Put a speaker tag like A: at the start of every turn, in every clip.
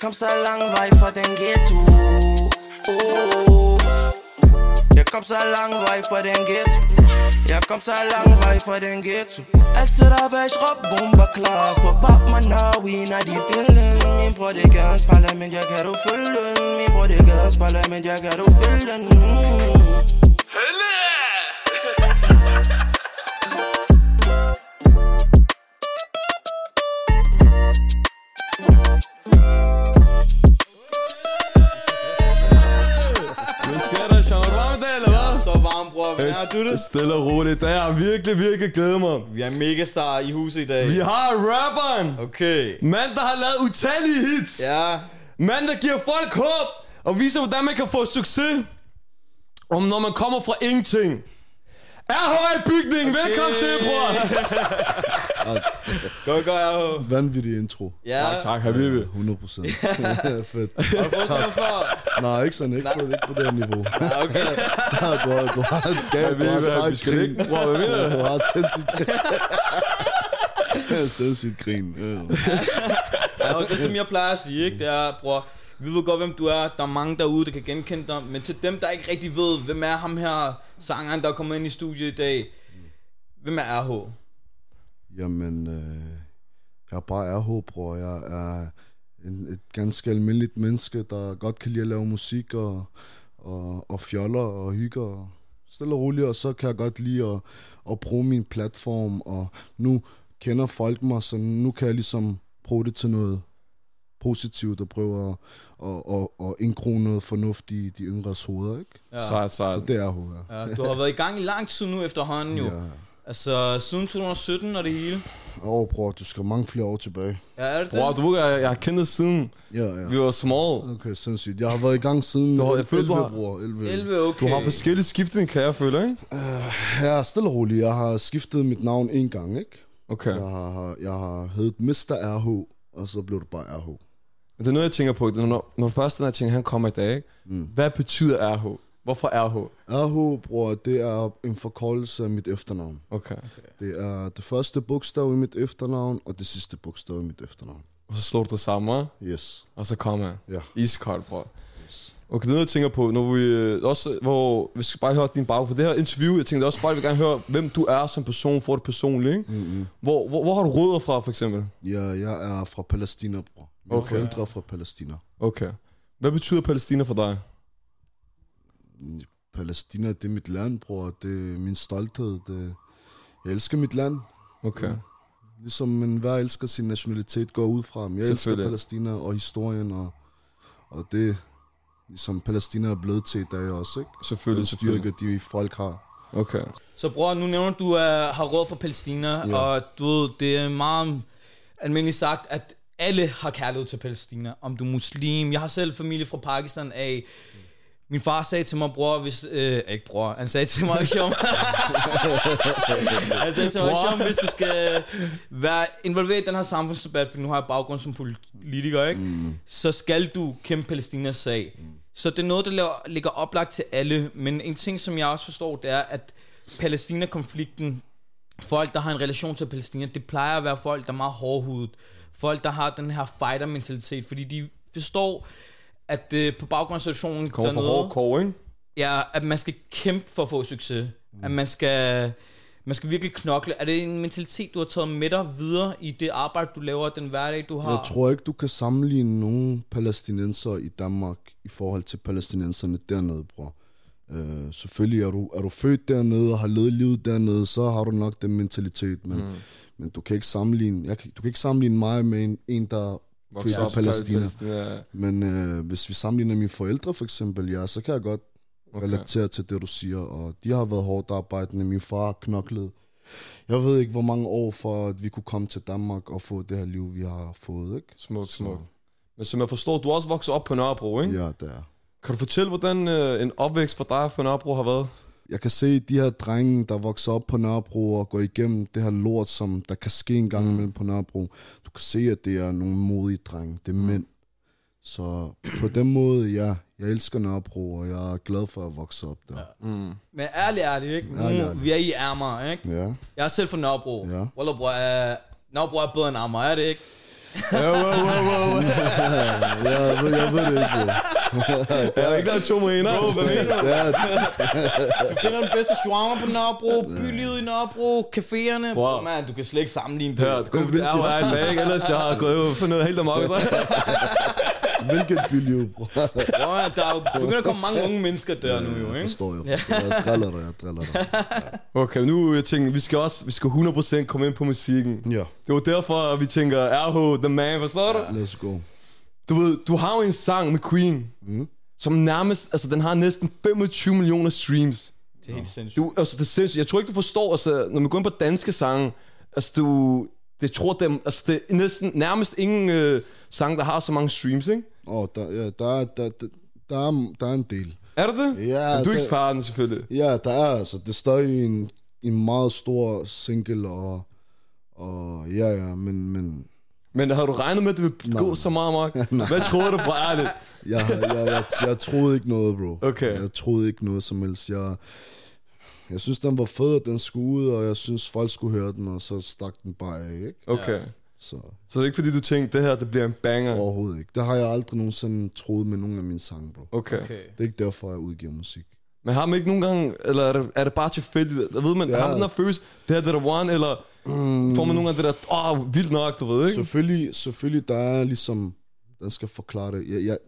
A: kommt so lang vej fra den ghetto oh. Jeg kom så lang vej fra den ghetto Jeg kom så lang vej fra den ghetto Altid der væk råb bomber klar For bab mig når vi når de billen Min bror det gør en spejle, men jeg kan du følge den Min bror det gør en spejle, men jeg kan du følge den mm.
B: Hvad sker der, Sean Ramadan, eller hvad?
C: Så varm, bror. Hvordan har du det?
B: Stille og roligt. Jeg har virkelig, virkelig glædet mig.
C: Vi er megastar i huset i dag.
B: Vi har rapperen.
C: Okay.
B: Mand, der har lavet utallige hits.
C: Ja.
B: Mand, der giver folk håb og viser, hvordan man kan få succes. Om når man kommer fra ingenting. RHI Bygning, okay. velkommen til, bror.
C: Godt, godt, jeg
D: Vanvittig intro.
C: Ja.
B: tak, Habibi.
D: 100 procent. Fedt.
C: Tak.
D: Nej, ikke sådan. Ikke på, ikke på det her niveau.
C: Okay.
D: Der er du, du har et gab, du har
B: ved, hvad vi
D: sejt
B: skal
D: grin.
B: ikke- Bror, hvad mener du?
D: Du har et sindssygt grin. Jeg har sindssygt grin. Øh.
C: Ja, og det som jeg plejer at sige, ikke, det er, bror, vi ved godt, hvem du er. Der er mange derude, der kan genkende dig. Men til dem, der ikke rigtig ved, hvem er ham her sangeren, der er kommet ind i studiet i dag. Hvem er RH?
D: Jamen, øh, jeg er bare RH, bror. Jeg er en, et ganske almindeligt menneske, der godt kan lide at lave musik og, og, og fjoller og hygger. Og stille og roligt, og så kan jeg godt lide at, at bruge min platform, og nu kender folk mig, så nu kan jeg ligesom bruge det til noget positivt og prøve at, at, at, at indkrone noget fornuft i de yngres hoveder, ikke?
B: Sejt, sejt.
D: Så det er hun, ja.
C: Ja, du har været i gang i lang tid nu efterhånden jo. Ja.
D: ja.
C: Altså, siden 2017 og det hele.
D: Og bror, du skal mange flere år tilbage.
C: Ja, er det det?
B: Bror, du ved, jeg, jeg har kendt det siden
D: Ja, ja.
B: vi var small.
D: Okay, sindssygt. Jeg har været i gang siden
B: Du
D: du
B: har-
D: har,
B: jeg føler,
D: 11,
B: du har-
D: bror. 11. 11.
C: 11, okay.
B: Du har forskellige skiftende, kan jeg føle, ikke?
D: Ja, stille og roligt. Jeg har skiftet mit navn en gang, ikke?
B: Okay.
D: Jeg har, jeg har heddet Mr. RH, og så blev det bare RH.
B: Men det er noget, jeg tænker på. Det er, når, når først den her ting, han kommer i dag, ikke? Mm. hvad betyder RH? Hvorfor RH?
D: RH, bror, det er en forkortelse af mit efternavn.
B: Okay. okay.
D: Det er det første bogstav i mit efternavn, og det sidste bogstav i mit efternavn.
B: Og så slår du det sammen, hva'?
D: Yes.
B: og så kommer
D: Ja.
B: Iskold, bror. Okay, det er noget, jeg tænker på, når vi øh, også, hvor vi skal bare høre din bag, for det her interview, jeg tænkte også bare, at vi gerne høre, hvem du er som person, for det personlige, ikke?
D: Mm,
B: Mm-hmm. Hvor, hvor, hvor, har du rødder fra, for eksempel?
D: Ja, jeg er fra Palæstina, bror. Mine
B: Okay.
D: okay. forældre er fra Palæstina.
B: Okay. Hvad betyder Palæstina for dig?
D: Palæstina, det er mit land, bror. Det er min stolthed. Det... Jeg elsker mit land.
B: Okay.
D: ligesom man hver elsker sin nationalitet, går jeg ud fra. Men Jeg elsker
B: Selvfølgelig.
D: Palæstina og historien, og, og det ligesom Palæstina er blevet til i dag også, ikke?
B: Selvfølgelig,
D: Den
B: selvfølgelig.
D: styrke, de folk har.
B: Okay.
C: Så bror, nu nævner du, at øh, har råd for Palæstina, ja. og du ved, det er meget almindeligt sagt, at alle har kærlighed til Palæstina, om du er muslim. Jeg har selv familie fra Pakistan af. Min far sagde til mig, bror, hvis... Øh, ikke bror, han sagde til mig, Shom. han sagde til mig, Shom, hvis du skal øh, være involveret i den her samfundsdebat, for nu har jeg baggrund som politiker, ikke? Mm. Så skal du kæmpe Palæstinas sag. Mm. Så det er noget, der laver, ligger oplagt til alle. Men en ting, som jeg også forstår, det er, at Palæstina-konflikten, folk, der har en relation til Palæstina, det plejer at være folk, der er meget hårdhudet. Folk, der har den her fighter-mentalitet, fordi de forstår, at øh, på baggrund af situationen
B: Kommer fra hårde kår, ikke?
C: ja, at man skal kæmpe for at få succes. Mm. At man skal, man skal virkelig knokle. Er det en mentalitet, du har taget med dig videre i det arbejde, du laver, den hverdag, du har?
D: Jeg tror ikke, du kan sammenligne nogen palæstinenser i Danmark i forhold til palæstinenserne dernede, bror. Øh, selvfølgelig er du, er du født dernede og har levet livet dernede, så har du nok den mentalitet, men, mm. men du kan ikke sammenligne, jeg kan, du kan ikke sammenligne mig med en, en der er født
B: Vokser
D: i
B: op i
D: Palæstina.
B: Palæstina.
D: Men øh, hvis vi sammenligner mine forældre for eksempel, ja, så kan jeg godt okay. relatere til det, du siger. Og de har været hårdt arbejdende. Min far har knoklet. Jeg ved ikke, hvor mange år for, at vi kunne komme til Danmark og få det her liv, vi har fået, ikke?
B: Smukt, smukt. Men som jeg forstår, du er også vokset op på Nørrebro, ikke?
D: Ja, det er.
B: Kan du fortælle, hvordan øh, en opvækst for dig på Nørrebro har været?
D: Jeg kan se de her drenge, der vokser op på Nørrebro og går igennem det her lort, som der kan ske en gang imellem på Nørrebro. Du kan se, at det er nogle modige drenge. Det er mænd. Så på den måde, ja, jeg elsker Nørrebro, og jeg er glad for at vokse op der.
C: Men ærligt, ærligt, ikke? Nu,
D: Ærligt, ærligt.
C: vi er i Amager, ikke?
D: Ja.
C: Jeg er selv fra Nørrebro.
D: Ja.
C: Wallah, bror, er, Nørrebro er bedre end Amager, er det ikke?
B: Ja, wow, wow, wow.
D: jeg, ved, jeg ved det ikke, bro.
B: Jeg har ikke lavet to med ender.
C: Bro, hvad mener du?
D: Ja,
C: Du finder den bedste shawarma på Nørrebro, bylivet i Nørrebro, caféerne. Wow. Bro,
B: Wow.
C: man, du kan slet ikke sammenligne det.
B: Hør, kun fordi jeg var en dag, ikke? ellers jeg har gået ud for noget helt amok.
D: hvilket byliv, bro.
C: Bro, man, der er jo begynder at komme mange unge mennesker der nu jo,
D: Jeg
C: ikke?
D: forstår, jeg forstår. Jeg driller dig, jeg driller dig.
B: Okay, nu jeg tænker, vi skal også vi skal 100% komme ind på musikken.
D: Ja,
B: Det var derfor, at vi tænker, RH, the man, forstår du?
D: let's go.
B: Du ved, du har jo en sang med Queen, mm. som nærmest, altså den har næsten 25 millioner streams.
C: Det er helt sindssygt.
B: Du, altså det er sindssygt. Jeg tror ikke, du forstår, altså når man går ind på danske sange, altså du, det tror dem, altså det er næsten, nærmest ingen øh, sang, der har så mange streams, ikke?
D: Åh, der, ja, der, er- der, der, der, er, der er en del.
B: Er det det?
D: Ja,
B: Men du er
D: det-
B: eksperten selvfølgelig.
D: Ja, der er altså. Det er stadig en, en meget stor single, og, og ja, ja, men, men
B: Men har du regnet med, at det vil gå så meget, Mark? Hvad tror du, bro? Ærligt.
D: jeg, jeg, jeg, jeg troede ikke noget, bro.
B: Okay.
D: Jeg troede ikke noget som helst. Jeg, jeg synes, den var fed, og den skulle ud, og jeg synes, folk skulle høre den, og så stak den bare af, ikke?
B: Okay.
D: Så
B: Så det er ikke fordi, du tænkte, det her det bliver en banger.
D: overhovedet ikke. Det har jeg aldrig nogensinde troet med nogen af mine sange, bro.
B: Okay.
C: Okay.
D: Det er ikke derfor, jeg udgiver musik.
B: Men har man ikke nogen gange, eller er det, er det bare tilfældigt? Der ved man,
D: Ja.
B: ja. har man den her følelse, det her det er the one, eller mm. får man nogle gange det der, åh, oh, vildt nok, du ved, ikke?
D: Selvfølgelig, selvfølgelig, der er ligesom, den skal forklare det. Jeg, jeg,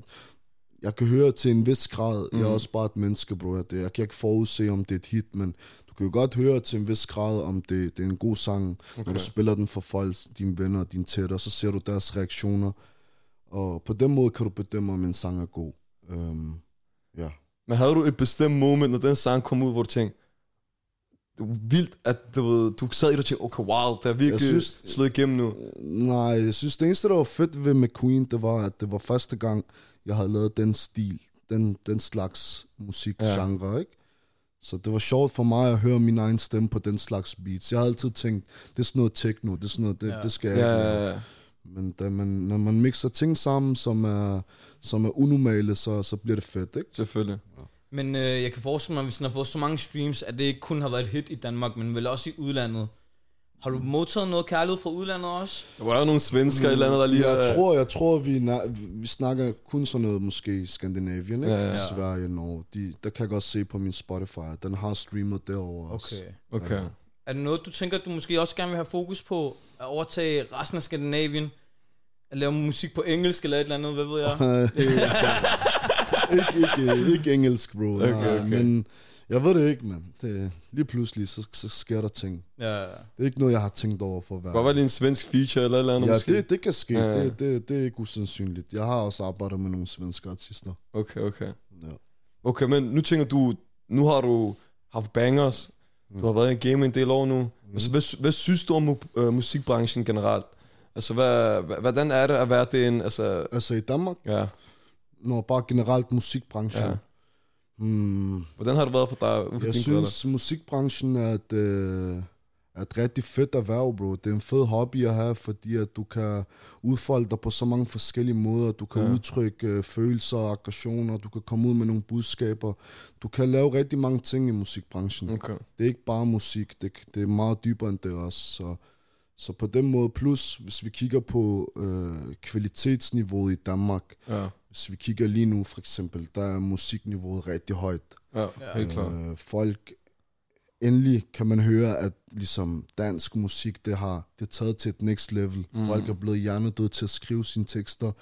D: jeg kan høre til en vis grad, mm. jeg er også bare et menneske, bro. Jeg, det- jeg kan ikke forudse, om det er et hit, men du kan jo godt høre til en vis grad, om det, det er en god sang. Okay. Når du spiller den for folk, dine venner og dine tætter, så ser du deres reaktioner. Og på den måde kan du bedømme, om en sang er god. Um, ja.
B: Men havde du et bestemt moment, når den sang kom ud, hvor du tænkte, det var vildt, at du, ved, du sad i det og tænkte, okay, wow, det er virkelig
D: Jeg
B: synes,
D: synes- øh,
B: slået igennem nu.
D: Nej, jeg synes, det eneste, der var fedt ved McQueen, det var, at det var første gang, jeg havde lavet den stil, den, den slags musikgenre, ja. ikke? Så det var sjovt for mig at høre min egen stemme på den slags beats. Jeg har altid tænkt, det er sådan noget techno, det er sådan noget, det, ja. det skal jeg
B: Ja,
D: ikke lave.
B: ja, ja.
D: Men da man, når man mixer ting sammen, som er, som er unormale, så, så bliver det fedt, ikke?
B: selvfølgelig.
C: Men øh, jeg kan forestille mig, at hvis den har fået så mange streams, at det ikke kun har været et hit i Danmark, men vel også i udlandet. Har du modtaget noget kærlighed fra udlandet også?
B: Der var jo nogle svensker mm, eller andet, der lige...
D: Jeg
B: øh,
D: tror, jeg tror vi, na- vi snakker kun sådan noget måske i Skandinavien, ikke?
B: Ja, ja, ja.
D: Sverige, Norge. De, der kan jeg godt se på min Spotify, at den har streamet derovre også.
B: Okay.
C: Er det noget, du tænker, at du måske også gerne vil have fokus på at overtage resten af Skandinavien? At lave musik på engelsk eller et eller andet, hvad ved jeg?
D: ikke, ikke, ikke engelsk, bro. Okay,
B: Okay,
D: okay.
B: okay.
D: Men jeg ved det ikke, mand. Det, lige pludselig, så, så sker der ting.
C: Ja, ja.
D: Det er ikke noget, jeg har tænkt over for hver.
B: Godt være lige en svensk feature eller et eller andet
D: Ja,
B: måske.
D: det, det kan ske.
B: Ja.
D: Ja. Det, det, det er ikke usandsynligt. Jeg har også arbejdet med nogle svenske artister.
B: Okay, okay.
D: Ja.
B: Okay, men nu tænker du, nu har du haft bangers, du har været i game en del år nu. Mm. Altså, hvad, hvad synes du om mu- øh, musikbranchen generelt? Altså, hvad, hva- hvordan er det at være det en, altså...
D: Altså i Danmark,
B: Ja,
D: når bare generelt musikbranchen.
B: Ja.
D: Ja. Hmm,
B: hvordan har det været for dig? ud fra
D: jeg
B: dine
D: synes, musikbranchen er et, øh, er et rigtig fedt erhverv, bro. Det er en fed hobby at have, fordi at du kan udfolde dig på så mange forskellige måder. Du kan
B: Ja.
D: ja. udtrykke øh, følelser og aggressioner. Du kan komme ud med nogle budskaber. Du kan lave rigtig mange ting i musikbranchen.
B: briller? Okay.
D: Det er ikke bare musik. Det, det er meget dybere end det også. Så, så på den måde, plus hvis vi kigger på øh, kvalitetsniveauet i Danmark.
B: Ja.
D: Hvis vi kigger lige nu for eksempel, der er musikniveauet rigtig højt.
B: Ja, helt klart.
D: Øh, folk, endelig kan man høre, at ligesom dansk musik, det har det er taget til et next level. Mm. Folk er blevet hjernedøde til at skrive sine tekster.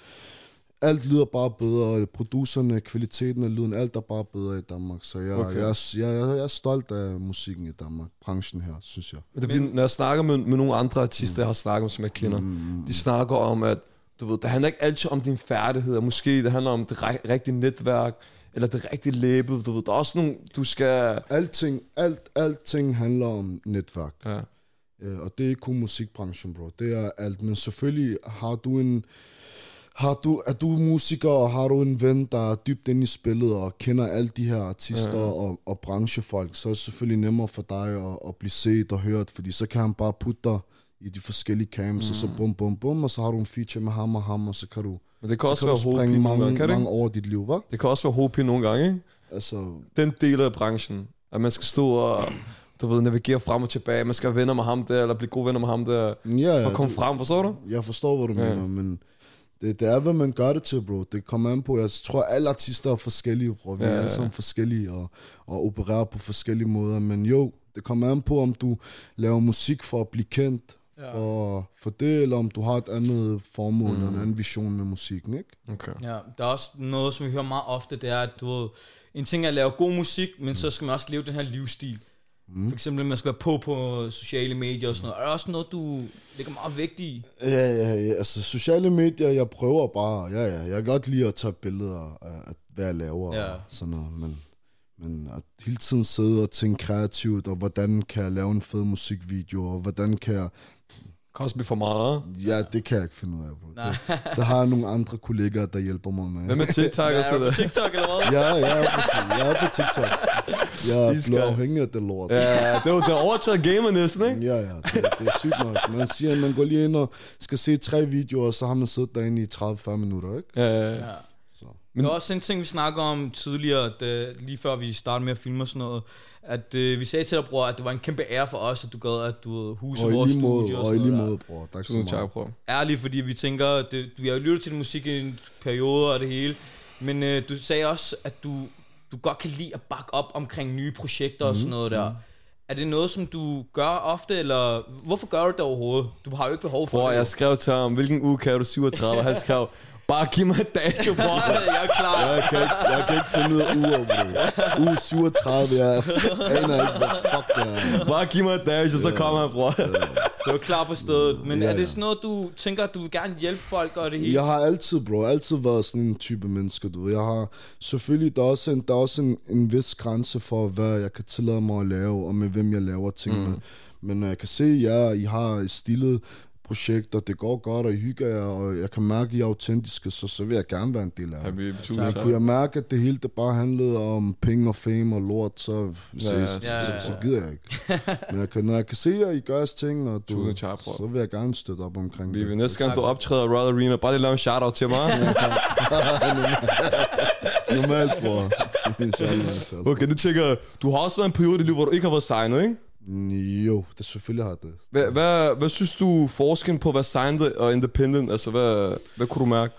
D: Alt lyder bare bedre, producerne, kvaliteten af lyden, alt er bare bedre i Danmark. Så jeg,
B: Okay.
D: okay. jeg, er- jeg, jeg, jeg er stolt af musikken i Danmark, branchen her, synes jeg.
B: Men det er fordi, når jeg snakker med, med nogle andre artister, jeg har snakket med, som jeg kender, mm. de snakker om, at du ved, det handler ikke altid om dine færdigheder. Måske det handler om det re- rigtige netværk, eller det rigtige label. Du ved, der er også nogle, du skal...
D: Alting, alt, alting handler om netværk.
B: Ja.
D: Øh, og det er ikke kun musikbranchen, bro. Det er alt. Men selvfølgelig har du en... Har du, er du musiker, og har du en ven, der er dybt inde i spillet, og kender alle de her artister ja, ja. Og, og branchefolk, så er det selvfølgelig nemmere for dig at, at blive set og hørt, fordi så kan han bare putte dig i de forskellige camps, mm. og så bum, bum, bum, og så har du en feature med ham og ham, og så kan du,
B: Men det kan
D: så
B: også
D: kan
B: være
D: du springe
B: hovedpine nogle gange,
D: mange,
B: kan det
D: mange
B: ikke?
D: over dit liv, hva'?
B: Det kan også være hovedpine nogle gange, ikke?
D: Altså,
B: den del af branchen, at man skal stå og du ved, navigere frem og tilbage. Man skal være venner med ham der, eller blive gode venner med ham der.
D: Ja, ja,
B: For at komme
D: det-
B: frem, forstår du?
D: Jeg forstår, hvad du
B: Ja.
D: ja. mener, men det, det er, hvad man gør det til, bro. Det kommer an på, jeg tror, alle artister er forskellige, bro. Vi
B: Ja,
D: ja,
B: ja,
D: er
B: ja.
D: alle sammen forskellige og, og opererer på forskellige måder, men jo, det kommer an på, om du laver musik for at blive kendt ja. for, for det, eller om du har et andet formål mm. og en anden vision med musikken, ikke?
B: Okay.
C: Ja, der er også noget, som vi hører meget ofte, det er, at du ved, en ting er at lave god musik, men så skal man også leve den her livsstil. Mm. For eksempel, man skal være på på sociale medier og sådan noget. Er der også noget, du lægger meget vægt i?
D: Ja, ja, ja. Altså, sociale medier, jeg prøver bare. Ja, ja. Jeg kan godt lide at tage billeder af, af hvad jeg laver
C: Ja.
D: ja. og sådan noget. Men, men at hele tiden sidde og tænke kreativt, og hvordan kan jeg lave en fed musikvideo, og hvordan kan jeg...
B: Kan også blive for meget.
D: Ja, det kan jeg ikke finde ud af, bro. Det, der har jeg nogle andre kollegaer, der hjælper mig med.
B: Hvad med TikTok og
C: Er
B: sådan
C: du på
B: noget?
C: TikTok eller hvad?
D: Ja, jeg er på, Tik- jeg er på TikTok. Jeg er
B: Jesus
D: blevet
B: Christ.
D: afhængig af det lort.
B: Ja, det var, det har overtaget gamer næsten, ikke?
D: Ja, ja, det, det er sygt nok. Man siger, at man går lige ind og skal se tre videoer, og så har man siddet derinde i 30-40 minutter, ikke?
B: Ja, ja, ja.
C: Ja.
B: Men-
C: Men... Der er også en ting, vi snakker om tidligere, at, uh, lige før vi startede med at filme og sådan noget, at uh, vi sagde til dig, bror, at det var en kæmpe ære for os, at du gad at du huse
D: Og i
C: vores
D: lige
C: studie
D: måde,
C: og
D: og i
C: sådan
D: lige
C: noget.
D: måde, bror. Tak så
B: Tusind
D: meget.
B: tak, bror.
C: Ærligt, fordi vi tænker, at det, vi har jo lyttet til din musik i en periode og det hele, men uh, du sagde også, at du, du godt kan lide at bakke op omkring nye projekter og
D: Mhm,
C: sådan noget der. Er det noget, som du gør ofte, eller hvorfor gør du det overhovedet? Du har jo ikke behov for
B: Bror,
C: det.
B: jeg skrev til ham, hvilken uge kan du 37? Han skrev, bare giv mig et dato, bror.
C: jeg er klar.
D: Jeg kan, ikke, jeg kan ikke finde ud af uger, bro. Uge 37, jeg aner ikke, hvad fuck det er.
B: Bare giv mig et dato, så kommer han, bror.
C: Så er du klar på stedet. Men
D: Ja,
C: er
D: ja.
C: det sådan noget, du tænker, at du vil gerne hjælpe folk og det hele?
D: Jeg har altid, bro, altid været sådan en type menneske, du ved. Jeg har selvfølgelig, der er også en, der er også en, en vis grænse for, hvad jeg kan tillade mig at lave, og med hvem jeg laver ting mm. med. Men øh, jeg kan se, at ja, I har stillet projekter, det går godt, og I hygger jer, og jeg kan mærke, at I er autentiske, så, så vil jeg gerne være en del af det.
B: Habib, tusind
D: Men
B: tak.
D: kunne jeg mærke, at det hele det bare handlede om penge og fame og lort, så, så,
B: Ja,
D: ja,
B: ja,
D: så,
C: ja, ja.
D: så, så gider jeg ikke. Men jeg kan, når jeg kan se, at I gør jeres ting, og du,
B: Tusind tak, bror.
D: så vil jeg gerne støtte op omkring
B: Vivi,
D: det.
B: næste gang du optræder i Royal Arena, bare lige lave en shout-out til mig.
D: Normalt, bror. Inshallah, inshallah.
B: Okay, nu tænker jeg, du har også været en periode i dit liv, hvor du ikke har været signet, ikke?
D: Mm, Jo, det selvfølgelig har jeg det.
B: Hvad, hvad, hvad synes du forskellen på at være signet og independent? Altså, hvad, hvad kunne du mærke?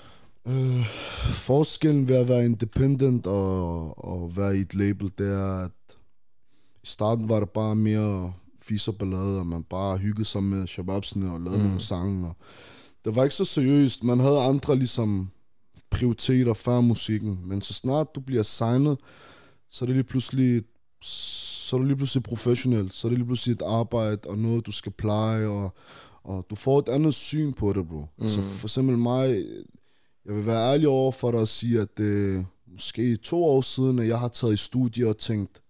D: Forskellen ved at være independent og, og være i et label, det er, at i starten var det bare mere fis og ballade, og man bare hyggede sig med shababsene og lavede mm. nogle sange. Og det var ikke så seriøst. Man havde andre ligesom prioriteter før musikken, men så snart du bliver signet, så er det lige pludselig så er du lige pludselig professionel, så er det lige pludselig et arbejde og noget, du skal pleje, og, og du får et andet syn på det, bro. Mm. Så for eksempel mig, jeg vil være ærlig over for dig og sige, at det måske to år siden, at jeg har taget i studie og tænkt,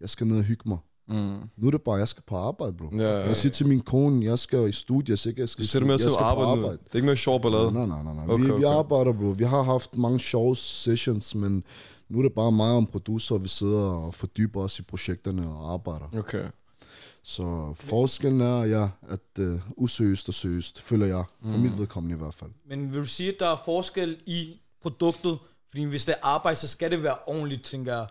D: jeg skal ned og hygge mig.
B: Mm.
D: Nu er det bare, jeg skal på arbejde, bro.
B: Ja, ja, ja.
D: Jeg siger til min kone, jeg skal i studie, jeg skal, ikke- jeg skal,
B: Du ser det mere
D: jeg
B: til at
D: skal på
B: arbejde nu. Det er ikke mere sjov ballade.
D: Nej, nej, nej. nej.
B: Okay,
D: Okay, vi, vi
B: okay.
D: arbejder, bro. Vi har haft mange sjove sessions, men nu er det bare mig og en producer, og vi sidder og fordyber os i projekterne og arbejder.
B: Okay.
D: Så forskellen er, ja, at uh, useriøst og seriøst, føler jeg.
B: Mm.
D: For mit vedkommende i hvert fald.
C: Men vil du sige, at der er forskel i produktet? Fordi hvis det er arbejde, så skal det være ordentligt, tænker jeg.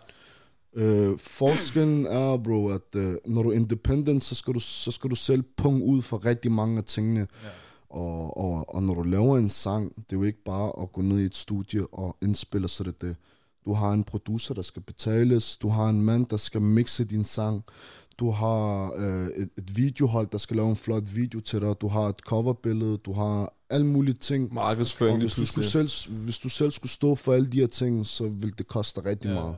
D: Øh, forskellen er, bro, at øh, når du er independent, så skal du, så skal du selv punge ud for rigtig mange af tingene. Ja. Og, og, og når du laver en sang, det er jo ikke bare at gå ned i et studie og indspille, så er det det. Du har en producer, der skal betales. Du har en mand, der skal mixe din sang. Du har øh, et, et videohold, der skal lave en flot video til dig. Du har et coverbillede. Du har alle mulige ting.
B: Markedsføring
D: Og
B: lige
D: hvis du, skulle
B: pludselig.
D: selv, hvis du selv skulle stå for alle de her ting, så ville det koste dig rigtig ja. meget.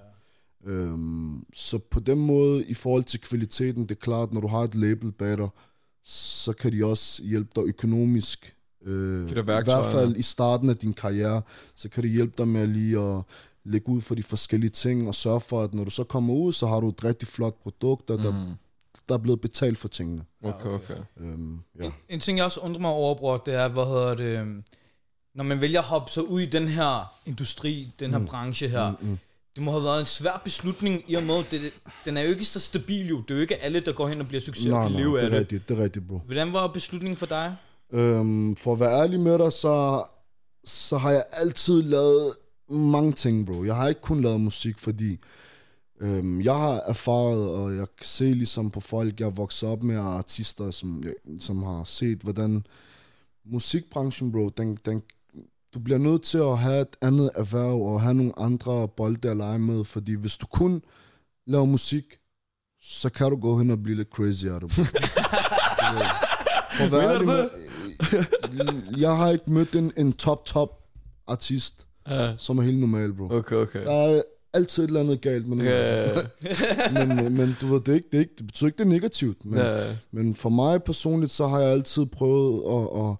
D: Øhm, så på den måde, i forhold til kvaliteten, det er klart, når du har et label bag dig, så kan de også hjælpe dig økonomisk. Øh,
B: Give dig
D: I
B: værktøjer,
D: hvert fald i starten af din karriere, så kan det hjælpe dig med lige at lægge ud for de forskellige ting, og sørge for, at når du så kommer ud, så har du et rigtig flot produkt, og der, mm. der er blevet betalt for tingene.
B: Okay, okay.
D: Øhm, ja.
C: En ting, jeg også undrer mig over, bror, det er, hvad hedder det, øhm, når man vælger at hoppe så ud i den her industri, den her mm. branche her, mm, mm. det må have været en svær beslutning i og med, det, den er jo ikke så stabil jo. Det er jo ikke alle, der går hen og bliver succes og
D: Nej,
C: kan
D: nej,
C: leve
D: det
C: af
D: er
C: det.
D: rigtigt, det er rigtigt, bro.
C: Hvordan var beslutningen for dig?
D: Øhm, for at være ærlig med dig, så, så har jeg altid lavet mange ting, bro. Jeg har ikke kun lavet musik, fordi Øhm, jeg har erfaret, og jeg kan se ligesom på folk, jeg er vokset op med, og artister, som, som har set, hvordan musikbranchen, bro, den, den, du bliver nødt til at have et andet erhverv, og have nogle andre bolde at lege med, fordi hvis du kun laver musik, så kan du gå hen og blive lidt crazy af det. bro. For hvad er det med, jeg har ikke mødt en, en top, top artist,
B: Ja.
D: som er helt normal, bro.
B: Okay, okay.
D: Der er altid et eller andet galt med
B: Ja,
D: yeah. men, øh, men du ved, det, er ikke, det, er ikke, det betyder ikke, det er negativt. Men,
B: ja,
D: yeah.
B: ja.
D: men for mig personligt, så har jeg altid prøvet at, at,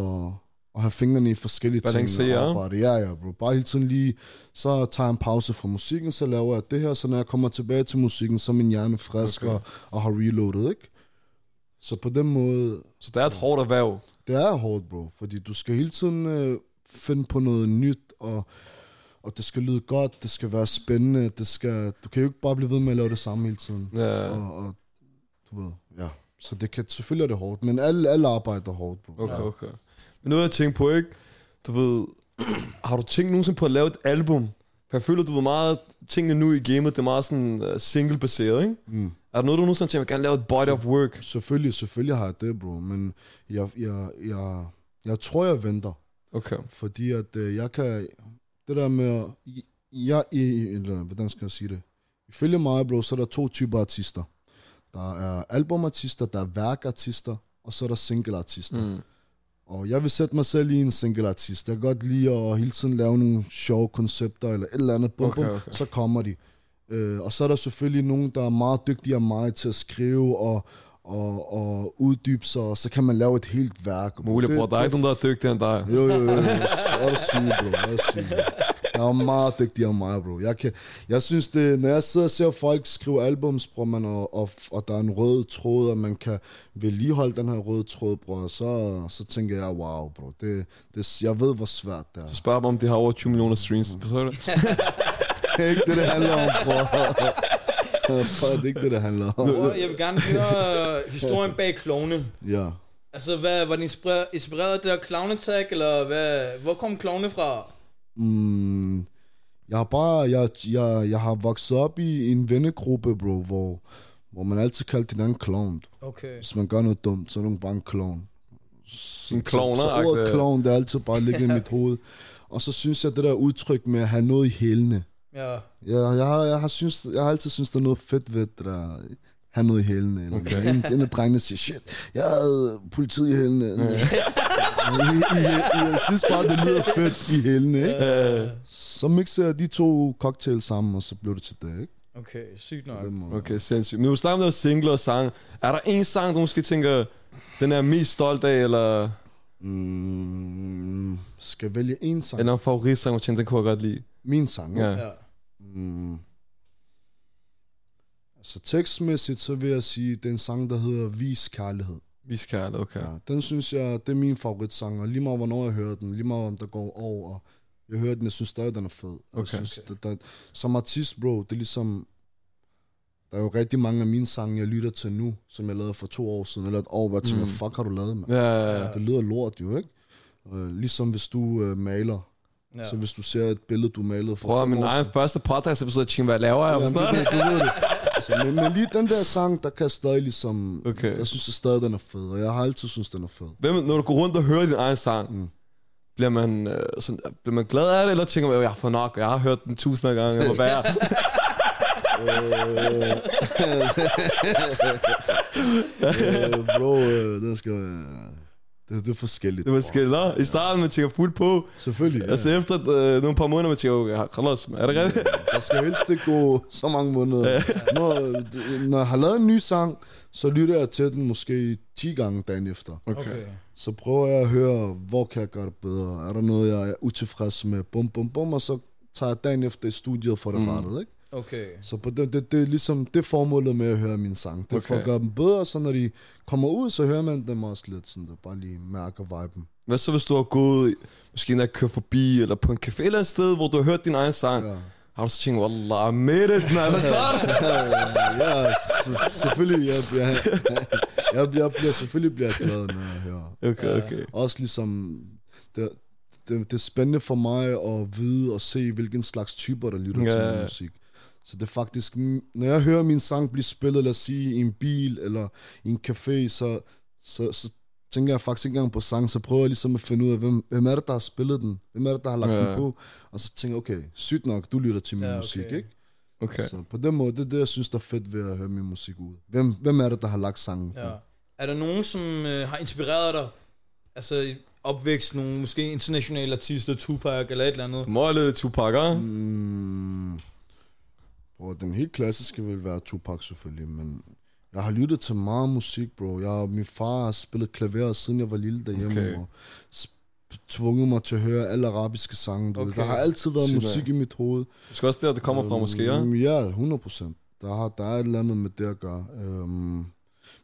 D: at, at have fingrene i forskellige ting.
B: Balancere.
D: og arbejde. Ja, ja, bro. Bare hele tiden lige, så tager jeg en pause fra musikken, så laver jeg det her, så når jeg kommer tilbage til musikken, så er min hjerne frisk okay. og, og har reloadet, ikke? Så på den måde,
B: Så det er et hårdt erhverv.
D: det er hårdt, bro, fordi du skal hele tiden øh, finde på noget nyt, og, og det skal lyde godt, det skal være spændende, det skal, du kan jo ikke bare blive ved med at lave det samme hele tiden.
B: Ja.
D: Og, og, du ved, ja. Så det kan, selvfølgelig er det hårdt, men alle, alle arbejder hårdt, bro.
B: Okay,
D: Ja.
B: okay. Men noget jeg tænkte på, ikke? Du ved, har du tænkt nogensinde på at lave et album? For jeg føler, du ved meget, tingene nu i gamet, det er meget sådan uh, single-baseret, ikke?
D: Mm.
B: Er der noget, du nogensinde tænker, jeg vil gerne lave et body of work?
D: Selvfølgelig, selvfølgelig har jeg det, bro, men jeg, jeg, jeg, jeg tror, jeg venter.
B: Okay.
D: Fordi at øh, jeg kan... Det der med... at- Jeg, i, eller, hvordan skal jeg sige det? Ifølge mig, bro, så er der to typer artister. Der er albumartister, der er værkartister, og så er der singleartister. Mm.
B: Mm.
D: Og jeg vil sætte mig selv i en singleartist. Jeg kan godt lide at hele tiden lave nogle sjove koncepter, eller et eller andet, bum,
B: Okay,
D: okay, okay.
B: okay.
D: så kommer de. Øh, og så er der selvfølgelig nogen, der er meget dygtigere end mig til at skrive og, og, og uddybe sig, og så kan man lave et helt værk.
B: Muligt,
D: Det-
B: bror. Der er
D: det-
B: ikke nogen, der er dygtigere end dig.
D: jo, jo, jo. Så er du syg, bro. Jeg er syg. Jeg er meget dygtigere end mig, bro. Jeg, kan, jeg synes, det, når jeg sidder og ser folk skrive albums, bror, man, og, og, og der er en rød tråd, og man kan vedligeholde den her røde tråd, bror, så, så tænker jeg, wow, bro. Det, det, jeg ved, hvor svært det er.
B: Spørg dem, om de har over 20 millioner streams.
D: Mm.
B: Forstår du det?
D: Det er ikke det, det handler om, bror. Fuck, det er ikke det, det handler om.
C: Bror, jeg vil gerne høre øh, historien bag klovne.
D: Ja.
C: Altså, hvad, var den inspireret, inspireret af det der clown attack, eller hvad, hvor kom klovne fra?
D: Mm, jeg har bare, jeg, jeg, jeg har vokset op i en vennegruppe, bro, hvor, hvor man altid kaldte hinanden clown.
C: Okay.
D: hvis man gør noget dumt, så er nogen bare en klovn. Så-
B: En klovner-
D: Så, så ordet
B: agtig-
D: klovn, det er altid bare ligget i mit hoved. Og så synes jeg, det der udtryk med at have noget i hælene.
C: Ja.
D: Jeg, jeg, har, jeg, har, synes, jeg har altid synes der er noget fedt ved det der have noget i hælene. Eller okay. en, en af drengene siger, shit, jeg havde politiet i hælene. I, i, i, jeg synes bare, det lyder fedt i hælene, ikke?
B: Øh,
D: Så mixer jeg de to cocktails sammen, og så blev det til det, ikke?
C: Okay, sygt nok.
D: På den måde.
B: Okay, sindssygt. Men du snakker om noget singler og sang. Er der en sang, du måske tænker, den er jeg mest stolt af, eller
D: Mm, skal jeg vælge en sang?
B: eller en favoritsang, du tænker, den kunne jeg godt lide?
D: Min sang,
B: Ja.
C: Ja.
D: Mm. Altså tekstmæssigt, så vil jeg sige, det er en sang, der hedder Vis Kærlighed.
B: Vis kærlighed, okay.
D: Ja, den synes jeg, det er min favoritsang, og lige meget hvornår jeg hører den, lige meget om der går over, jeg hører den, jeg synes stadig, den er fed. Og
B: Okay.
D: Jeg synes, okay. der, der, som artist, bro, det er ligesom, der er jo rigtig mange af mine sange, jeg lytter til nu, som jeg lavede for to år siden, eller et år, hvor jeg tænker,
B: Mm.
D: fuck har du lavet, mand?
B: Ja, ja, ja.
D: Det lyder lort jo, ikke? Øh, ligesom hvis du øh, maler, ja.
C: Ja.
D: så hvis du ser et billede, du malede for
B: Prøv
D: fem
B: min
D: år
B: egen første podcast episode, tænker, hvad laver jeg?
D: Jamen,
B: Forstår du?
D: du ved- du ved det. Så, Altså, men, men lige den der sang, der kan jeg stadig ligesom...
B: Okay.
D: Jeg synes jeg stadig, den er fed, og jeg har altid synes den er fed.
B: Hvem, når du går rundt og hører din egen sang,
D: Mm.
B: bliver, man, øh, sådan, bliver man glad af det, eller tænker man, jeg har fået nok, jeg har hørt den tusinder af gange, jeg må være.
D: øh, bro, øh, den skal... Øh, det, det er forskelligt.
B: det var skiller. I starten, man tænker fuld på,
D: Selvfølgelig,
B: ja.
D: ja.
B: og så efter øh, nogle par måneder, man tænker, okay, Carlos, er det rigtigt?
D: Der skal helst ikke gå så mange måneder. Når, d- når jeg har lavet en ny sang, så lytter jeg til den måske 10 gange dagen efter.
C: Okay.
D: Så prøver jeg at høre, hvor kan jeg gøre det bedre? Er der noget, jeg er utilfreds med? Bum, bum, bum, og så tager jeg dagen efter i studiet for det mm. rettet, ikke?
C: Okay.
D: Så på det, det, det er ligesom det er formålet med at høre min sang. Det er okay. for
B: Okay.
D: at gøre dem bedre, så når de kommer ud, så hører man dem også lidt sådan, der bare lige mærker viben.
B: Hvad så, hvis du har gået, i- måske endda kørt forbi, eller på en café eller et sted, hvor du har hørt din egen sang,
D: Ja.
B: har du så tænkt, wallah, I made it, man, forstår du?
D: ja, se- selvfølgelig, jeg, jeg, jeg, bliver, jeg bliver, selvfølgelig bliver jeg glad, når jeg hører.
B: Okay, okay.
D: Også ligesom, det, det, det er spændende for mig at vide og se, hvilken slags typer, der lytter
B: Ja,
D: til
B: ja, ja.
D: min musik. Så det er faktisk, når jeg hører min sang blive spillet, lad os sige, i en bil eller i en café, så, så, så tænker jeg faktisk ikke engang på sang, så prøver jeg ligesom at finde ud af, hvem, hvem er det, der har spillet den? Hvem er det, der har lagt ja.
B: Ja.
D: den på? Og så tænker jeg, okay, sygt nok, du lytter til min
C: Ja,
D: ja, musik,
C: okay.
D: ikke?
B: Okay.
D: Så på den måde, det er det, jeg synes, der er fedt ved at høre min musik ud. Hvem, hvem er det, der har lagt sangen? på?
C: Ja. Er der nogen, som øh, har inspireret dig? Altså i opvækst, nogle måske internationale artister, Tupac eller et eller andet?
B: Du må have lidt Tupac, ah?
D: Mm, bro, den helt klassiske vil være Tupac selvfølgelig, men jeg har lyttet til meget musik, bro. Jeg, min far har spillet klaver, siden jeg var lille derhjemme,
B: Okay.
D: okay. og sp- tvunget mig til at høre alle arabiske sange. Du okay.
B: Okay.
D: Der har altid været
B: Sygt
D: musik i mit hoved.
B: Måske også der, det kommer fra, måske, ja?
D: Øhm, Ja, 100 procent. Der, har, der er et eller andet med det at gøre. Øhm,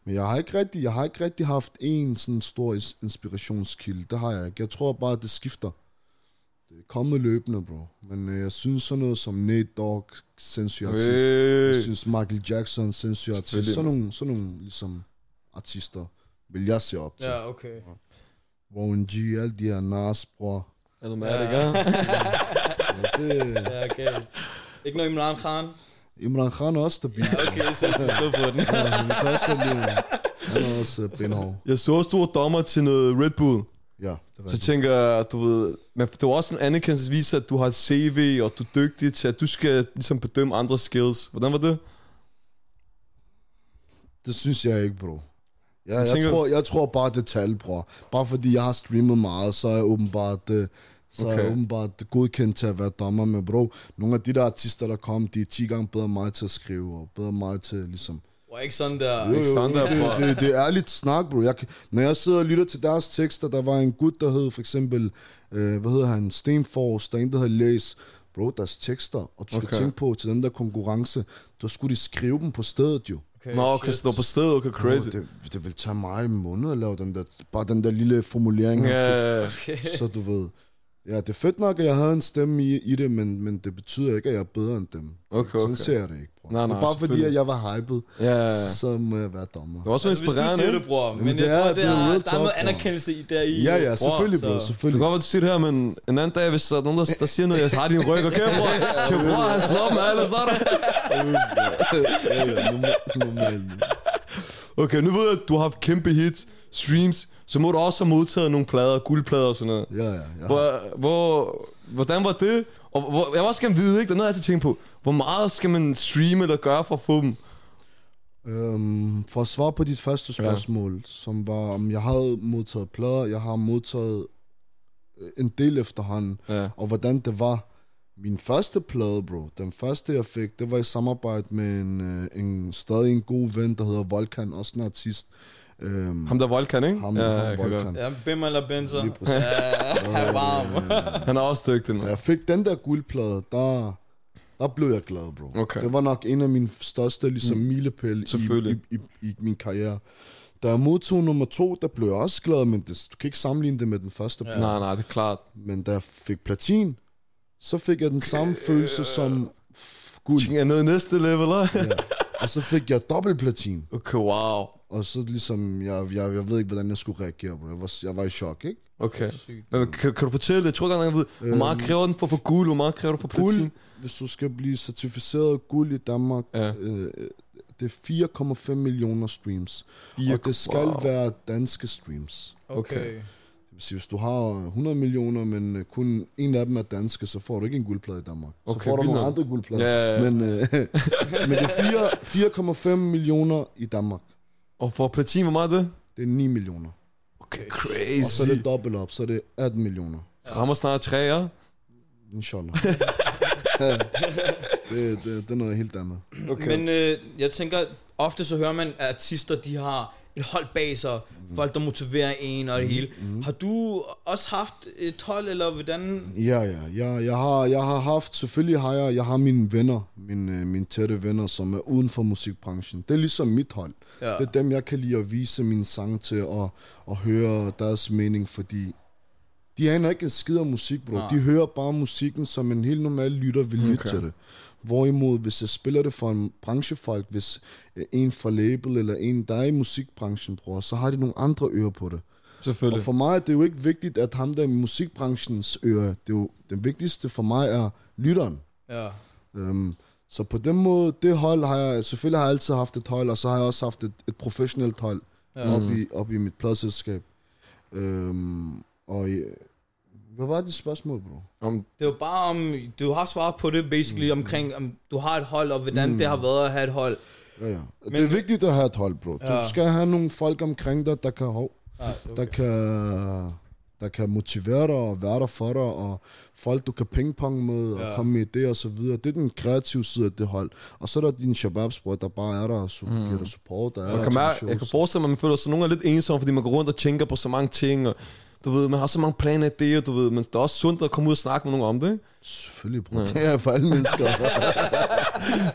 D: men jeg har ikke rigtig, jeg har ikke rigtig haft en sådan stor is- inspirationskilde. Det har jeg ikke. Jeg tror bare, at det skifter. Det er kommet løbende, bro. Men øh, jeg synes sådan noget som Nate Dogg, sindssyg artist. Jeg
B: Øh,
D: synes Michael Jackson, sindssyg artist.
B: Selvfølgelig.
D: Sådan nogle, sådan nogle ligesom, artister vil jeg se op til. Ja.
C: Ja, okay.
D: Warren G, alle de her Nas, bror.
B: Er du med, det ikke?
D: Det,
C: Ja, okay. Ikke noget Imran Khan?
D: Imran Khan er også stabil. Ja,
C: Okay, så jeg slå på den.
D: Ja, han kan også godt lide ham. Han er også øh, benhård.
B: Jeg så også, du var dommer til noget Red Bull.
D: Ja, det er
B: Så
D: rigtigt.
B: tænker jeg, at du ved, men det var også en anerkendelsesvis, at du har et CV, og du er dygtig til, at du skal ligesom bedømme andre skills. Hvordan var det?
D: Det synes jeg ikke, bro. Ja, jeg,
B: tænker-
D: tror, jeg tror bare, det er tal, bror. Bare fordi jeg har streamet meget, så er jeg åbenbart, øh, så okay. er
B: Okay.
D: jeg åbenbart godkendt til at være dommer. Men bro, nogle af de der artister, der kom, de er 10 gange bedre end mig til at skrive, og bedre end mig til ligesom...
C: Var ikke sådan der...
D: Jo, jo,
B: Alexander, bror.
D: det, det, det er ærligt snak, bro. Jeg, kan- når jeg sidder og lytter til deres tekster, der var en gut, der hed for eksempel, øh, hvad hedder han, Stenfors, der er en, der hed Læs. Bro, deres tekster, og du skal
B: Okay.
D: okay. tænke på, til den der konkurrence, der skulle de skrive dem på stedet jo.
C: Okay,
B: Nå, okay, så du var på stedet, okay, crazy.
D: Bro, det, det vil tage mig en måned at lave den der, bare den der lille formulering. han fik.
B: Ja,
D: Så du ved, ja, det er fedt nok, at jeg havde en stemme i, i det, men, men det betyder ikke, at jeg er bedre end dem.
B: Okay,
D: Sådan
B: okay.
D: ser jeg det ikke, bror.
B: Nej,
D: det
B: nej,
D: er bare fordi,
B: selvfølgelig.
D: at jeg var hypet,
B: ja.
D: så må jeg være dommer.
B: Det var også
C: Altså, hvis
B: altså,
C: du
B: inspirerende,
C: siger
B: ikke?
C: det, bror, men
D: Jamen,
C: jeg
D: det er-
C: tror,
D: det
C: det
D: er
C: er,
D: real
C: der er noget
D: talk, bror.
C: anerkendelse i der i.
D: Ja, ja, selvfølgelig,
C: bror.
D: bro,
C: så-
B: Det kan
D: selvfølgelig.
B: godt være, du siger det her, men en anden dag, hvis der er nogen, der, der siger noget, jeg har din ryg, okay, bror? Til bror, han slår mig, alle så er der.
D: Ja, ja, normal- normalt.
B: Okay, nu ved jeg, at du har haft kæmpe hits, streams, så må du også have modtaget nogle plader, guldplader og sådan noget.
D: Ja, ja, ja.
B: Hvor, hvor, hvordan var det? Og hvor, jeg vil også gerne vide, ikke? Der er noget, jeg altid tænker på. Hvor meget skal man streame eller gøre for at få dem?
D: Øhm, for at svare på dit første spørgsmål, ja. som var, om jeg havde modtaget plader, jeg har modtaget øh, en del efterhånden,
B: Ja.
D: og hvordan det var. Min første plade, bro, den første jeg fik, det var i samarbejde med en, øh, en stadig en god ven, der hedder Volkan, også en artist. Øhm,
B: Ham der er Volkan, ikke?
D: ham,
B: ja,
D: ham
B: jeg kan
D: Volkan.
C: Ja, Bim eller Benzer.
D: Lige præcis.
C: Ja, varm.
B: godt. Han er også dygtig,
D: Da
B: man.
D: jeg fik den der guldplade, der, der blev jeg glad, bro.
B: Okay.
D: Det var nok en af mine største ligesom, mm. milepæl i,
B: Selvfølgelig.
D: i, i, i min karriere. Da jeg modtog nummer to, der blev jeg også glad, men det, du kan ikke sammenligne det med den første plade.
B: Nej, nej, det er klart.
D: Men da jeg fik platin, så fik jeg den
C: Øh,
D: samme følelse som f- guld.
B: Ting er nede i næste level, eller?
D: Ja. Og så fik jeg dobbelt platin.
B: Okay, wow.
D: Og så ligesom, jeg, jeg, jeg ved ikke, hvordan jeg skulle reagere på det. Jeg var, jeg var i chok, ikke?
B: Okay. Men kan, kan du fortælle det? Jeg tror ikke, engang, jeg ved, hvor meget kræver den for at få guld, hvor meget kræver du for platin?
D: Øhm. Guld, hvis du skal blive certificeret guld i Danmark,
B: Ja.
D: øh, det er 4,5 millioner streams.
B: Fire-
D: og det skal
B: wow.
D: være danske streams.
B: Okay.
C: Okay.
D: Det vil sige, hvis du har 100 millioner, men øh, kun en af dem er danske, så får du ikke en guldplade i Danmark.
B: Okay,
D: så får du
B: vildt
D: nogle
B: nok.
D: andre guldplader.
B: Ja, ja, ja.
D: Men, øh, men det er fire- 4,5 millioner i Danmark.
B: Og for platin, hvor meget er det?
D: Det er 9 millioner.
B: Okay,
D: Og
B: crazy.
D: så er det dobbelt op, så er det 18 millioner.
B: Så rammer snart tre, ja?
D: Inshallah. Ja. det, det, det er noget helt andet.
B: Okay.
C: Men øh, jeg tænker, ofte så hører man, at artister, de har et hold bag sig, mm. folk, der motiverer en og det hele. Mm. Har du også haft et hold, eller hvordan?
D: Ja, ja. Jeg, jeg, har, jeg har haft, selvfølgelig har jeg, jeg har mine venner, mine, øh, mine tætte venner, som er uden for musikbranchen. Det er ligesom mit hold.
C: Ja.
D: Det er dem, jeg kan lide at vise mine sange til og, og høre deres mening, fordi de aner ikke en skid om musik, bro.
C: Nej.
D: Nej. De hører bare musikken, som en helt normal lytter vil lytte okay. til det. Hvorimod, hvis jeg spiller det for en branchefolk, hvis øh, en fra label eller en, der er i musikbranchen, bror, så har de nogle andre ører på det. Og
B: Selvfølgelig.
D: for mig er det jo ikke vigtigt, at ham der i musikbranchens ører, det er jo, den vigtigste for mig er lytteren.
C: Ja.
D: Øhm, Så på den måde, det hold har jeg, selvfølgelig har jeg altid haft et hold, og så har jeg også haft et, et professionelt hold ja. op, i, op i mit pladselskab. Øhm, og i- hvad var det spørgsmål, bro?
B: Om,
C: Det var bare om, du har svaret på det basically mm. omkring, om du har et hold, og hvordan mm. det har været at have et hold.
D: Ja, ja. Men, det er vigtigt at have et hold, bro. Du
C: Ja.
D: skal have nogle folk omkring dig, der kan, hov,
C: Ah,
D: der kan, der kan motivere dig og være der for dig, og folk, du kan pingpong med og
C: Ja.
D: komme med idéer og så videre. Det er den kreative side af det hold. Og så er der din shababs, bror, der bare er der og su- giver dig support. Der er
B: Mm. jeg,
D: der
B: kan
D: til
B: mærke, jeg kan
D: shows.
B: forestille mig, at man føler sig, nogle er lidt ensomme, fordi man går rundt og tænker på så mange ting, og du ved, man har så mange planer og idéer, du ved, men det er også sundt at komme ud og snakke med nogen om det. ikke?
D: Selvfølgelig, bror. Det er for alle mennesker.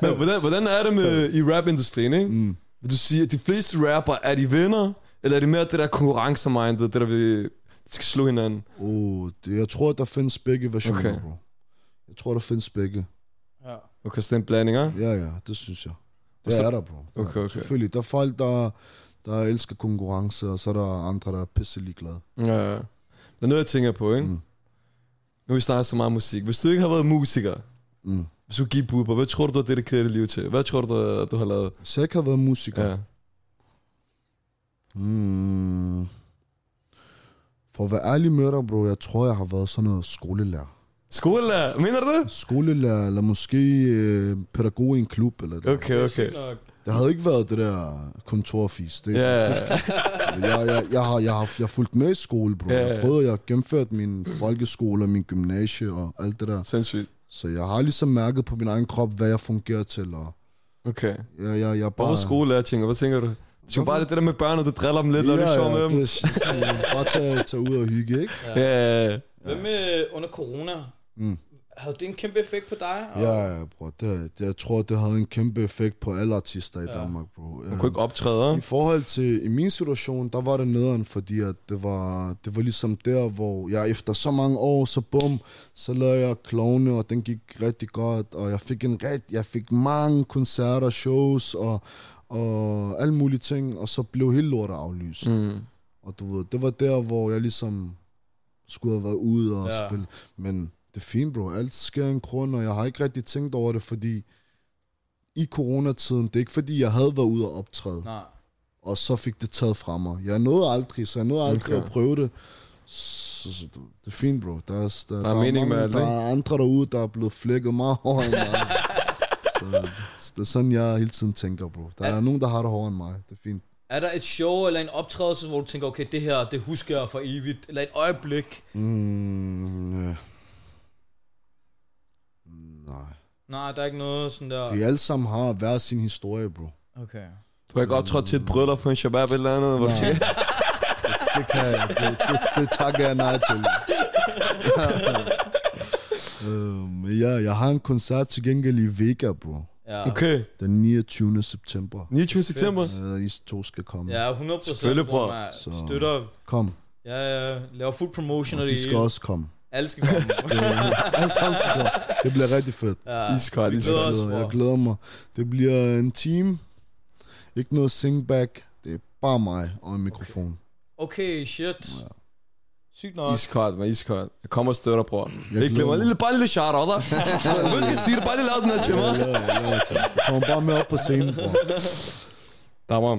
B: Men hvordan, hvordan er det med i rapindustrien, ikke? Mm. Vil du sige, at de fleste rapper, er de venner, eller er det mere det der konkurrencemindet, det der, vi de skal slå hinanden?
D: oh, det, jeg tror, der findes begge versioner,
B: Okay.
D: okay. bro. Jeg tror, der findes begge.
C: Ja.
B: Okay, så det er en blanding, ikke?
D: Ja, ja, det synes jeg. Det
B: så-
D: er der, bro. Ja,
B: Okay, okay.
D: Selvfølgelig. Der er folk, der, der elsker konkurrence, og så er der andre, der er pisse ligeglade.
B: Ja, ja. Der er noget, jeg tænker på, ikke? Mm.
D: Mm.
B: Nu har vi snakket så meget musik. Hvis du ikke har været musiker,
D: Mm.
B: hvis du gik bud på, hvad tror du, du har dedikeret dit liv til? Hvad tror du, du- du har lavet?
D: Så jeg kan have været musiker.
B: Ja.
D: Mm. For at være ærlig med dig, bro, jeg tror, jeg har været sådan noget skolelærer.
B: Skolelærer, mener du det?
D: Skolelærer, eller måske øh, pædagog i en klub, eller det.
B: Okay, okay.
D: Det havde ikke været det der kontorfis. Det,
B: Ja,
D: jeg, jeg, jeg, har, jeg, har, jeg har fulgt med i skole, bro.
B: Ja, ja.
D: Jeg prøvede, jeg har gennemført min folkeskole og min gymnasie og alt det der.
B: sindssygt.
D: Så jeg har ligesom mærket på min egen krop, hvad jeg fungerer til. Og
B: Okay.
D: jeg, jeg, jeg er bare...
B: Hvorfor skolelærer, tænker Hvad tænker du? Det er jo bare det der med børn, og du driller dem lidt, og det er sjovt med dem.
D: det er sådan, bare tage, tage ud og hygge, ikke?
B: Ja, ja, ja.
C: Hvad med øh, under corona?
D: Mm.
C: Havde det en kæmpe effekt på dig? Og-
D: Ja, ja, bro. Det, det, jeg tror, det havde en kæmpe effekt på alle artister i ja. Danmark, bro. Ja.
B: Man kunne ikke optræde,
D: I
B: ikke?
D: forhold til i min situation, der var det nederen, fordi at det, var, det var ligesom der, hvor jeg efter så mange år, så bum, så lavede jeg klovne, og den gik rigtig godt, og jeg fik, en ret, jeg fik mange koncerter, shows og, og alle mulige ting, og så blev hele lortet aflyst. Mm.
B: Mm.
D: Og du ved, det var der, hvor jeg ligesom skulle have været ude og
C: Ja.
D: ja. spille. Men det er fint, bro. Alt sker i en grund, og jeg har ikke rigtig tænkt over det, fordi i coronatiden, det er ikke fordi, jeg havde været ude og optræde
C: Nej.
D: og så fik det taget fra mig. Jeg nåede aldrig, så jeg nåede aldrig
B: Okay.
D: okay. at prøve det. Så, så, du- det er fint, bro. Der er, der, der,
B: mening med alt,
D: mange, der er andre derude, der er blevet flækket meget hårdere end mig. så, så det er sådan, jeg hele tiden tænker, bro. Der er nogen, der har det hårdere end mig. Det er fint.
C: Er der et show eller en optrædelse, hvor du tænker, okay, det her, det husker jeg for evigt? Eller et øjeblik?
D: Mm, ja. Nej.
C: Nej, der er ikke noget sådan der...
D: De alle sammen har hver sin historie, bro.
C: Okay.
B: Du har ikke optrådt til et bryllup for en shabab eller andet, hvor du siger,
D: Det kan jeg. Det, det, det takker jeg nej til. øhm, ja, jeg har en koncert til gengæld i Vega, bro.
C: Ja,
B: okay,
D: Den 29. september.
B: 29. september.
D: Uh, I to skal komme.
C: ja 100 procent.
B: Selvfølgelig, bror.
D: Så-
C: Støtter.
D: Kom.
C: Ja, ja. Laver fuld promotion og
D: De
C: det
D: skal
C: hele.
D: også komme.
C: Alle skal komme.
D: Alle sammen skal komme. Det bliver rigtig fedt.
C: Ja.
B: Iskold,
C: Vi
B: iskold.
C: glæder os,
D: Jeg
C: bror.
D: glæder mig. Det bliver en team. Ikke noget singback. Det er bare mig og en mikrofon.
C: Okay, shit. Sygt nok.
B: Iskold, man, iskold. Jeg kommer og støtter, bror. Jeg ikke
D: glæder
B: glemmer.
D: mig.
B: Lille, bare en lille shout out, Du skal sige det, bare lige lave den her til mig.
D: Ja, ja, ja, tak. Jeg kommer bare med op på scenen, bror.
B: Dammer.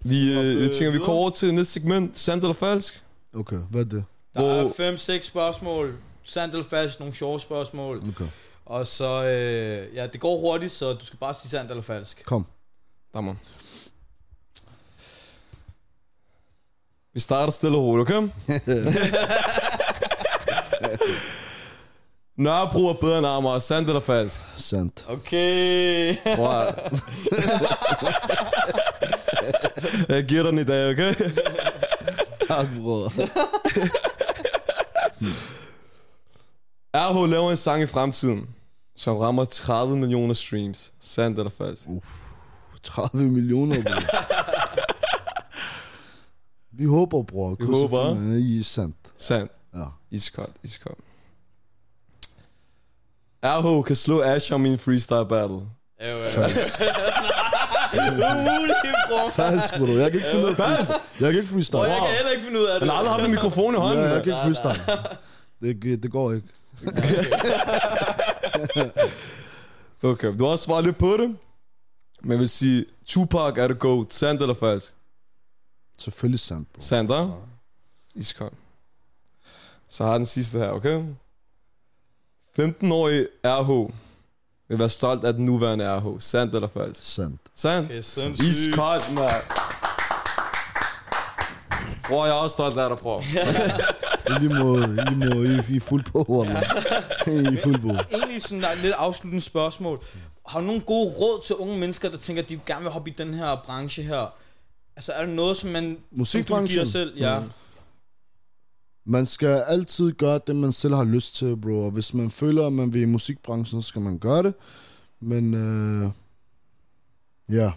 B: Vi, øh, jeg tænker, vi kommer over til næste segment. Sandt eller falsk?
D: Okay, hvad er det?
C: Der er
B: Hvor-
C: 5-6 spørgsmål. Sandal fast, nogle sjove spørgsmål.
B: Mm.
D: Okay,
C: Og så, øh, ja, det går hurtigt, så du skal bare sige sandt eller falsk.
D: kom.
B: Dammer. Vi starter stille og roligt, okay? Nørrebro er bedre end Amager. Sandt eller falsk?
D: Sandt.
C: Okay.
B: Bror. Jeg giver dig den i dag, okay?
D: Tak, bror.
B: RH laver en sang i fremtiden, som rammer 30 millioner streams. Sandt eller falsk?
D: 30 millioner, bror. Vi håber, bror. Vi
B: håber.
D: I er sandt.
B: Sandt.
D: Ja.
B: Iskold, iskold. RH kan slå Ash om i en freestyle battle.
C: Ja, ja.
D: Falsk.
C: Umuligt, bror.
D: Falsk, bro. Jeg kan ikke finde ud af
B: Falsk!
D: Jeg kan ikke
C: Og
D: freestyle.
C: jeg kan heller ikke finde ud af det.
B: Han har aldrig haft en mikrofon i
D: Ja,
B: hånden.
D: jeg
B: mand.
D: kan ikke freestyle. Det, det går ikke.
B: Okay, du har også svaret lidt på det. Men jeg vil sige, Tupac er det goat. Sandt eller falsk?
D: Selvfølgelig sandt, bro.
B: Sandt, ja? Iskold. Så har jeg den sidste her, okay? 15-årig RH vil være stolt af den nuværende RH. Sandt eller falsk?
D: Sandt.
B: Sandt?
C: Okay, sindssygt.
B: Iskold, mand. Bror, jeg er også stolt af dig, bror.
D: I lige måde, i lige måde, I, I er fuld på, Wallah. I er fuld på.
C: Egentlig sådan der er et lidt afsluttende spørgsmål. Har du nogle gode råd til unge mennesker, der tænker, at de gerne vil hoppe i den her branche her? Altså, er der noget, som man... som du
D: Musikbranchen?
C: giver selv? Ja. Mm.
D: Man skal altid gøre det, man selv har lyst til, bro. Og hvis man føler, at man vil i musikbranchen, så skal man gøre det. Men øh, ja.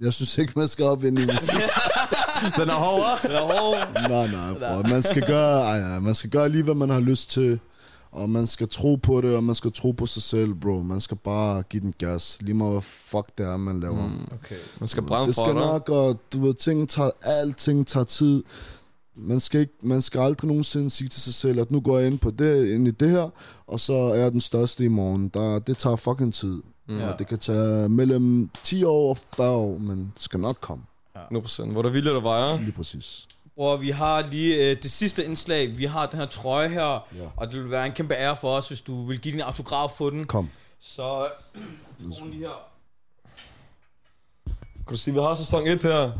D: Jeg synes ikke, man skal op ind i musik.
B: Den er hård, hva'?
C: Eller hov,
D: nej, nej, bro. Man skal, gøre, ej, ej, man skal gøre lige, hvad man har lyst til. Og man skal tro på det, og man skal tro på sig selv, bro. Man skal bare give den gas. Lige meget, hvad fuck det er, man laver. Mm.
C: Okay.
B: Man skal brænde
D: Det
B: for
D: skal
B: dig.
D: nok, og du ved, ting tager, alting tager tid. Man skal, ikke, man skal aldrig nogensinde sige til sig selv, at nu går jeg ind på det, ind i det her, og så er jeg den største i morgen. Der, det tager fucking tid. Mm. Og det kan tage mellem 10 år og 40 år, men det skal nok komme.
B: 100%. Hvor der vildt, der vejer.
D: Lige præcis.
C: Bror, vi har lige øh, det sidste indslag. Vi har den her trøje her, ja. og det vil være en kæmpe ære for os, hvis du vil give din autograf på den.
D: Kom.
C: Så får den lige her.
B: Kan du sige, vi har sæson 1 her.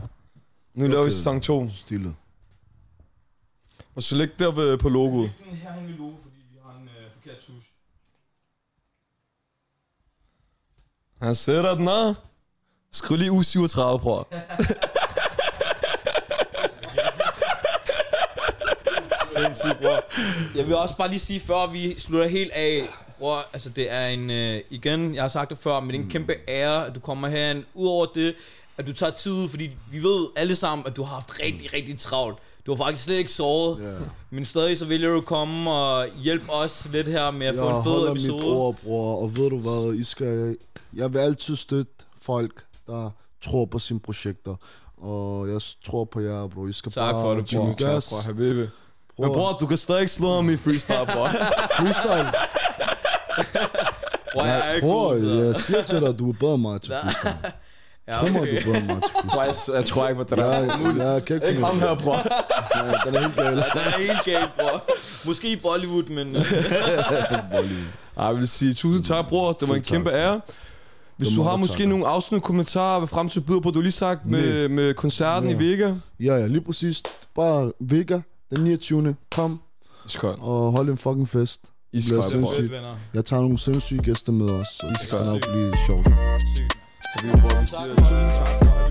B: Nu laver vi sæson 2.
D: Stille.
B: Og så læg der ved- på logoet.
C: Den her hen ved Loke, fordi vi har en øh, forkert tusch.
B: Han sætter den af. Skriv lige U37, bror.
C: Sindssygt, bror. Jeg vil også bare lige sige, før vi slutter helt af, bror, altså det er en, øh, igen, jeg har sagt det før, men det
D: Mm.
C: er en kæmpe ære, at du kommer herind. Udover det, at du tager tid ud, fordi vi ved alle sammen, at du har haft rigtig, rigtig travlt. Du har faktisk slet ikke sovet,
D: Mm. Ja.
C: men stadig så vælger du at komme og hjælpe os lidt her med at
D: Jeg
C: få en fed
D: holder mit
C: episode.
D: ord, bror, og ved du hvad, I skal, jeg vil altid støtte folk, der tror på sine projekter. Og jeg tror på jer, bro. I skal
B: Tak
D: bare
B: for det,
D: give
B: bror.
D: den
B: Tak,
D: gas.
B: bror. Habibi. Men bror, du kan stadig ikke slå ham i freestyle, bror.
D: Freestyle.
C: Bror, jeg er
D: Jeg
C: ikke
D: Bror,
C: god til det.
D: jeg siger til dig, at du er bedre end mig til freestyle.
C: Ja,
D: Tro mig,
C: okay.
D: du er bedre end mig til
B: Bror,
D: freestyle.
B: jeg- Jeg tror ikke, hvad det er.
D: Jeg, jeg kan ikke
B: Ikke
D: finde
B: ham
D: ud
B: her,
D: af
B: bror.
D: det. Ja, Den er helt gal.
C: Den er helt galt, bror. Måske i Bollywood, men... øh,
B: Ej, jeg vil sige tusind tak, bror. Det var en
D: Selv tak.
B: kæmpe ære. Hvis
D: Det
B: du
D: må
B: har
D: du
B: måske
D: takke.
B: nogle afsluttende kommentarer, hvad fremtid byder på, du har lige sagt med, med koncerten i
D: Ja.
B: Vega.
D: Ja, ja, lige præcis. Bare Vega, den 29. Kom
B: Skøn.
D: og hold en fucking fest.
B: Iskold,
D: Det er
B: bror.
D: sindssygt.
C: venner.
D: Jeg tager nogle sindssyge gæster med os, så det skal
B: Iskold.
D: nok blive sjovt.
C: Sygt.
B: Habibi, bror, vi siger tusind tak.